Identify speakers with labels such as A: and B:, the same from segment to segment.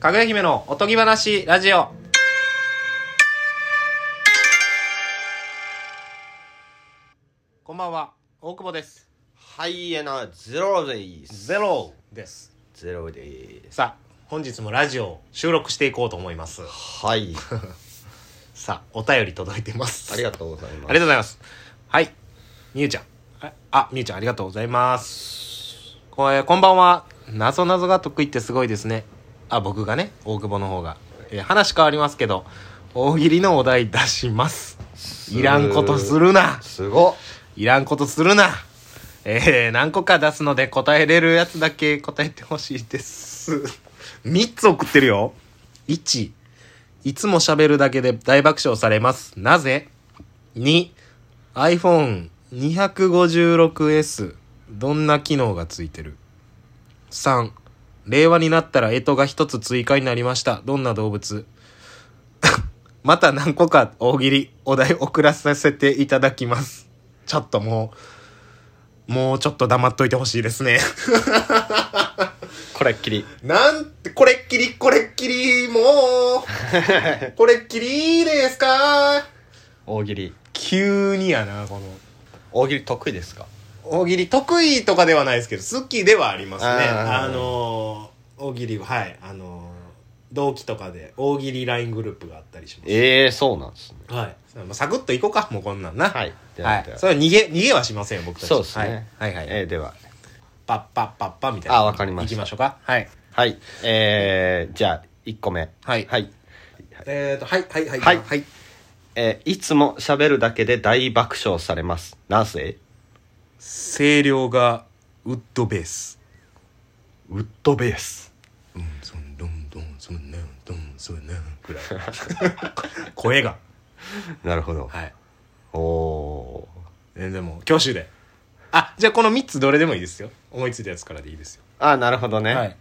A: かぐや姫のおとぎ話ラジオ。こんばんは、大久保です。
B: ハイエナゼロです。
A: ゼロです。
B: ゼロです。
A: さあ、本日もラジオを収録していこうと思います。
B: はい。
A: さあ、お便り届いてます。
B: ありがとうございます。
A: ありがとうございます。はい。みゆちゃん。ああ、みゆちゃんありがとうございます。こえーこんばんは。なぞなぞが得意ってすごいですね。あ、僕がね、大久保の方が。えー話変わりますけど、大喜利のお題出します。いらんことするな。
B: すご
A: いらんことするな。えー何個か出すので答えれるやつだけ答えてほしいです。3つ送ってるよ。1、いつも喋るだけで大爆笑されます。なぜ ?2、iPhone256S、どんな機能がついてる ?3、令和になったら干支が1つ追加になりました。どんな動物 また何個か大喜利お題送らさせていただきます。ちょっともう、もうちょっと黙っといてほしい ですね。
B: これっきり。
A: なんて、これっきり、これっきり、 もう、これっきりですか
B: 大喜利。
A: 急にやな、この。
B: 大喜利得意ですか
A: 大喜利得意とかではないですけど、好きではありますね。あ
B: あー
A: のー、大喜利は、はい、あのー、同期とかで大喜利 LINE グループがあったりします。
B: ええそうなんですね。
A: はい。まあサクッといこうか、もうこんなんな。
B: はい。で
A: は
B: は、
A: い
B: で、は
A: それは逃げ逃げはしませんよ僕たち
B: そうですね。
A: はい、はいはい、
B: えーでは。
A: パッパッパッパみたいな
B: あわかりました
A: いきましょうかはい
B: はい。えー、じゃあ、1個目。
A: はい
B: はい。
A: えーとはいはいはい
B: はい
A: はい
B: えーいつも喋るだけで大爆笑されます。なぜ
A: 声量がウッドベース
B: ウッドベース。
A: うんそんどんどんそんなんどんそんなんくらい声が
B: なるほど。
A: はい
B: お
A: えでも挙手であじゃあこの3つどれでもいいですよ思いついたやつからでいいですよ
B: ー。あー、なるほどね。
A: はい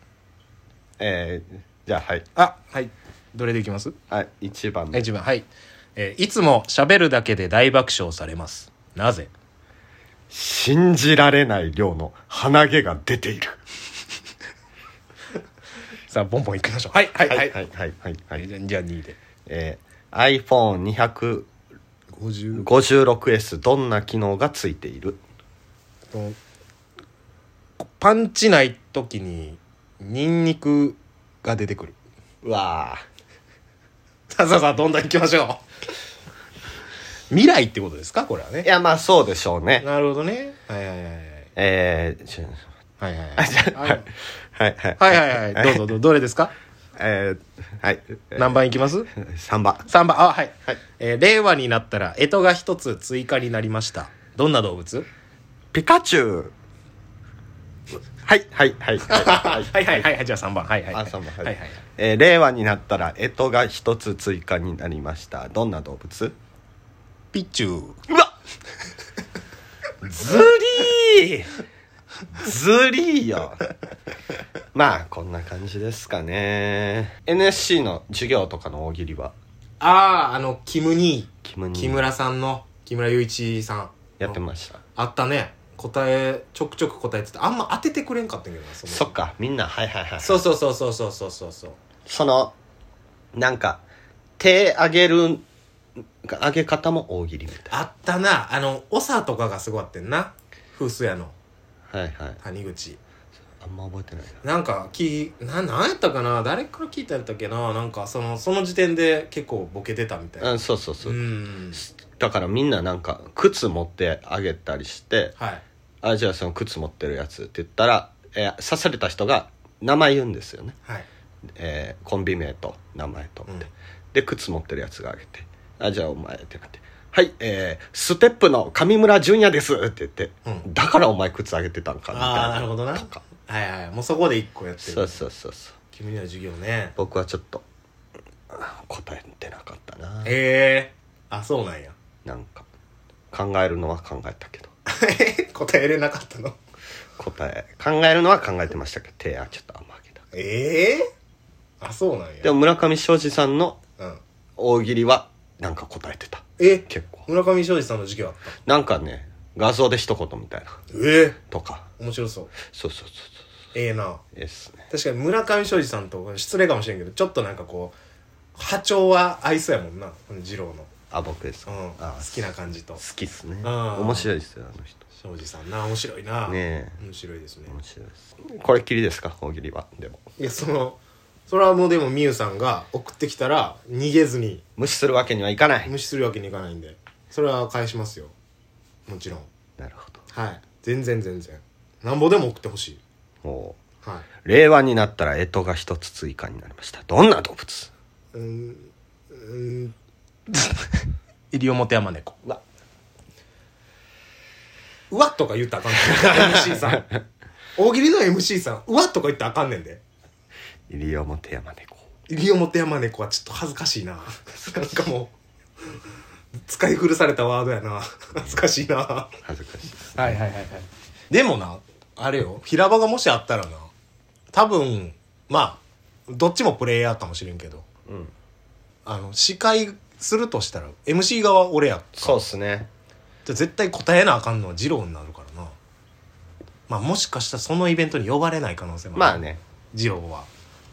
B: えー、じゃあ、はい。
A: あはいどれでいきます
B: あ、1番
A: え
B: 目。
A: 自分はい、えーいつも喋るだけで大爆笑されますなぜ
B: 信じられない量の鼻毛が出ている。
A: さあボンボンいきましょうはいはいはい、
B: はいはいはいは
A: はい
B: い。
A: じゃあじゃあ2位で
B: えー、
A: 50
B: iPhone256S どんな機能がついている
A: とパンチない時にニンニクが出てくる
B: うわー
A: さあさあさあどんどんいきましょう未来ってことですかこれはね
B: いやまあそうでしょうね。
A: なるほどねはいはいはい
B: えー、ちょ
A: はいはいはい
B: はいはい。
A: はいはいはいどうぞどうぞどれですか
B: えー、はい。
A: 何番いきます
B: 3番。
A: 3番あはい、
B: はい
A: えー令和になったら干支が一つ追加になりましたどんな動物
B: ピカチュウはいはいはい。はい
A: はいはいはいはいじゃあ3番はいはい
B: あ三番
A: はい
B: は
A: はい
B: い
A: はい
B: えー令和になったら干支が一つ追加になりました。どんな動物
A: ピチュー
B: うわずりーずりーよまあこんな感じですかね NSC の授業とかの大喜利は
A: あああのキムニー
B: キムに
A: 木村さんの木村雄一さん
B: やってました
A: あったね答えちょくちょく答えててあんま当ててくれんかったんやけどなその
B: そっかみんなはいはいはい
A: そうそうそうそうそうそうそうそう
B: そのなんか手上げる上げ方も大喜利みたい
A: あったなあの長とかがすごかってんな風水屋の
B: はいはい
A: 谷口
B: あんま覚えてないな
A: なんかきななんやったかな誰から聞いたんやったっけななんかそのその時点で結構ボケてたみたいな
B: うんそうそうそうう、
A: ん
B: だからみんななんか靴持ってあげたりして
A: はい
B: あじゃあその靴持ってるやつって言ったら、えー刺された人が名前言うんですよね、
A: はい
B: えーコンビ名と名前とって、
A: うん
B: で靴持ってるやつがあげてあじゃあお前ってなってはいえー、ステップの上村淳也ですって言って、
A: うん
B: だからお前靴あげてたんかみたい
A: ああ
B: な
A: なるほどな
B: とか
A: はいはいもうそこで一個やって
B: そう
A: る
B: そうそうそう
A: 君の授業ね
B: 僕はちょっとあ答えてなかったな
A: ええあそうなんや
B: なんか考えるのは考えたけど
A: 答えれなかったの
B: 答え考えるのは考えてましたけど手はちょっと甘げだ
A: ええあそうなんや
B: でも村上庄司さんの
A: うん、
B: 大喜利はなんか答えてた
A: え
B: 結構
A: 村上庄司さんの授業あった
B: なんかね画像で一言みたいな
A: え
B: とか
A: 面白そう
B: そうそうそうそう
A: ええな
B: ええっすね
A: 確かに村上庄司さんと失礼かもしれんけどちょっとなんかこう波長は合いそうやもんな二郎の、
B: あ僕です
A: う
B: か、
A: ん、好
B: あ
A: きな感じと
B: 好きっすね
A: あー
B: 面白いですよあの人
A: 庄司さんな面白いな、
B: ね
A: 面白いですね
B: え面白いですこれっきりですか大喜利はでも
A: いやそのそれはもうでもみゆさんが送ってきたら逃げずに
B: 無視するわけにはいかない
A: 無視するわけにいかないんでそれは返しますよもちろん
B: なるほど
A: はい全然全然なんぼでも送ってほしい
B: もう
A: は
B: 令和になったら干支が一つ追加になりましたどんな動物
A: いうんうん西表山猫
B: うわ
A: うわとか言ったらあかんねん MC さ ん大喜利の MC さんうわとか言ったらあかんねんで
B: 西表山猫
A: 西表山猫はちょっと恥ずかしいななんかもう使い古されたワードやな恥ずかしいなは
B: 恥ずかしいです
A: いはいはいはいでもなあれよ平場がもしあったらな多分まあどっちもプレイヤーかもしれんけど
B: うん
A: あの司会するとしたら MC 側俺や
B: そうっすね
A: じゃあ絶対答えなあかんのは二郎になるからなまあもしかしたらそのイベントに呼ばれない可能性も
B: まあ
A: ある
B: ね
A: 二郎は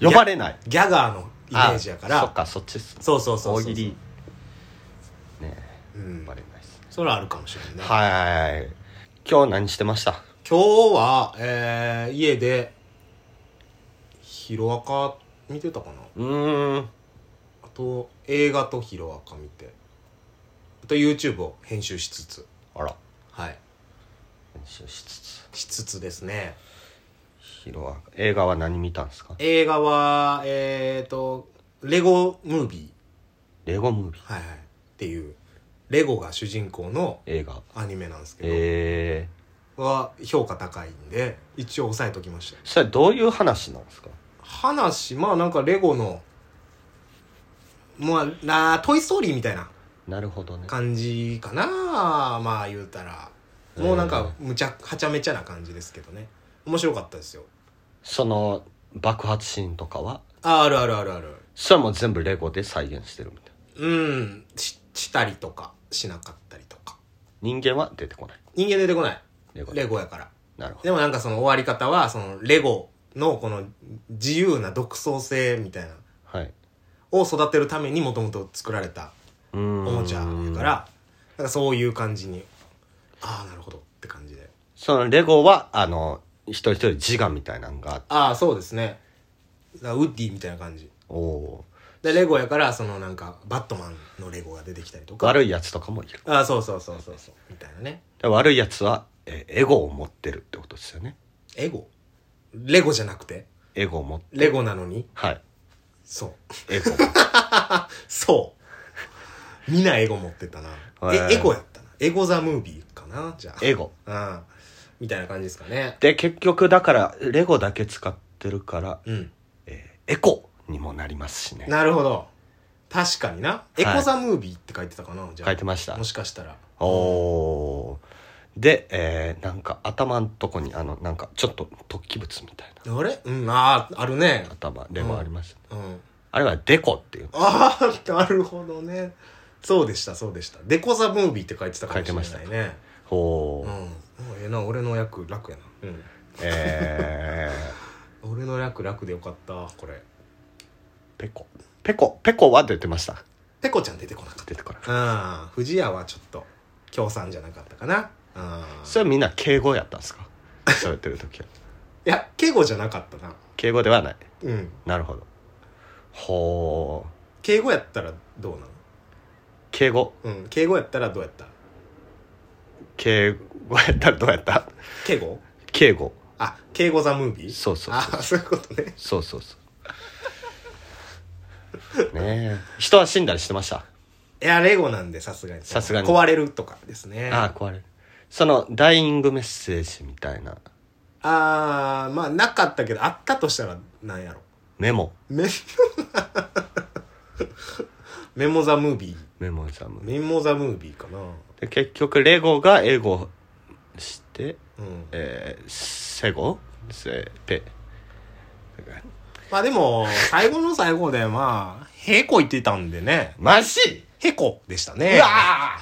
B: 呼ばれない
A: ギャガーのイメージやから
B: あそっかそっちっす
A: そうそうそうそう
B: 大喜利ね
A: う
B: え
A: ん
B: 呼ばれないっす
A: それはあるかもしれないね、
B: はい今日何してました
A: 今日は、えー、家でヒロアカ見てたかな
B: うーん
A: あと映画とヒロアカ見てあと YouTube を編集しつつ
B: あら
A: はい
B: 練習しつつ
A: しつつですね
B: ヒロア映画は何見たんですか
A: 映画はえー、とレゴムービー
B: レゴムービー
A: はいはい、っていうレゴが主人公の
B: 映画
A: アニメなんですけど、
B: ええ
A: は評価高いんで一応押さえときました
B: それどういう話なんですか
A: 話まあなんかレゴのまあなトイ・ストーリーみたいな
B: なるほどね
A: 感じかなまあ言うたらもうなんかむちゃはちゃめちゃな感じですけどね面白かったですよ
B: その爆発シーンとかは
A: ああるあるあるある
B: それはもう全部レゴで再現してるみたいな
A: うんししたりとかしなかったりとか
B: 人間は出てこない
A: 人間出てこない
B: レゴで
A: レゴやから
B: なるほど
A: でもなんかその終わり方は、そのレゴのこの自由な独創性みたいな、
B: はい
A: を育てるためにもともと作られた
B: お
A: おもちゃやから、なんかそういう感じに、ああ、なるほどって感じで。
B: そのレゴはあの一人一人自我みたいなのがあって
A: ああ、そうですね。だからウッディみたいな感じ。
B: おお
A: で、レゴやから、そのなんか、バットマンのレゴが出てきたりとか。
B: 悪いやつとかもいる
A: ああ、そうそうそうそうそう。みたいなね。
B: で悪いやつはえーエゴを持ってるってことですよね
A: エゴレゴじゃなくて
B: エゴを持って
A: レゴなのに
B: はい
A: そう。
B: エゴ
A: そう。みんなエゴ持ってたな。
B: へー
A: え、エゴやったな。エゴザムービーかなじゃあ。
B: エゴ
A: うん。みたいな感じですかね。
B: で結局だからレゴだけ使ってるから、
A: うん。
B: えーエコにもなりますしね
A: なるほど。確かにな。
B: い
A: エゴザムービーって書いてたかなじゃあ。
B: 書いてました
A: もしかしたら。
B: おおーで、えーなんか頭んとこにあのなんかちょっと突起物みたいな
A: あれうん、ああ、あるね。
B: 頭レゴありました、
A: うん。
B: あれはデコっていう
A: ああ、なるほどね。そうでした、そうでした。デコザムービーって書いてたかもしれな
B: 書い
A: いね。
B: ほ
A: う。
B: うん
A: もうええな、俺の役楽やな。うん。
B: えー、
A: 俺の役楽でよかった、これ。
B: ペコペコペコは出てました
A: ペコちゃん出てこなかった。
B: 出てこない
A: うん藤屋はちょっと協賛じゃなかったかなうん
B: それみんな敬語やったんですか喋ってる時はい
A: や敬語じゃなかったな
B: 敬語ではない
A: うん
B: なるほどほう
A: 敬語やったらどうなの
B: 敬語
A: うん敬語やったらどうやった
B: 敬語やったらどうやった
A: 敬語
B: 敬語
A: あ敬語ザムービー
B: そうそうそう
A: あそういうことね
B: そうそうそうねえ人は死んだりしてました
A: いやレゴなんでさすがに
B: さすがに
A: 壊れるとかですね
B: ああ壊れるそのダイイングメッセージみたいな
A: あーまあなかったけどあったとしたらなんやろ
B: メモ
A: メメモザムービー
B: メモジャム
A: メモザムービーかな
B: で結局レゴが英語して
A: うん
B: えー、セゴセペ
A: まあでも、最後の最後で、まあ、へこいってたんでね、
B: マジ
A: へこでした
B: う
A: ね。
B: わ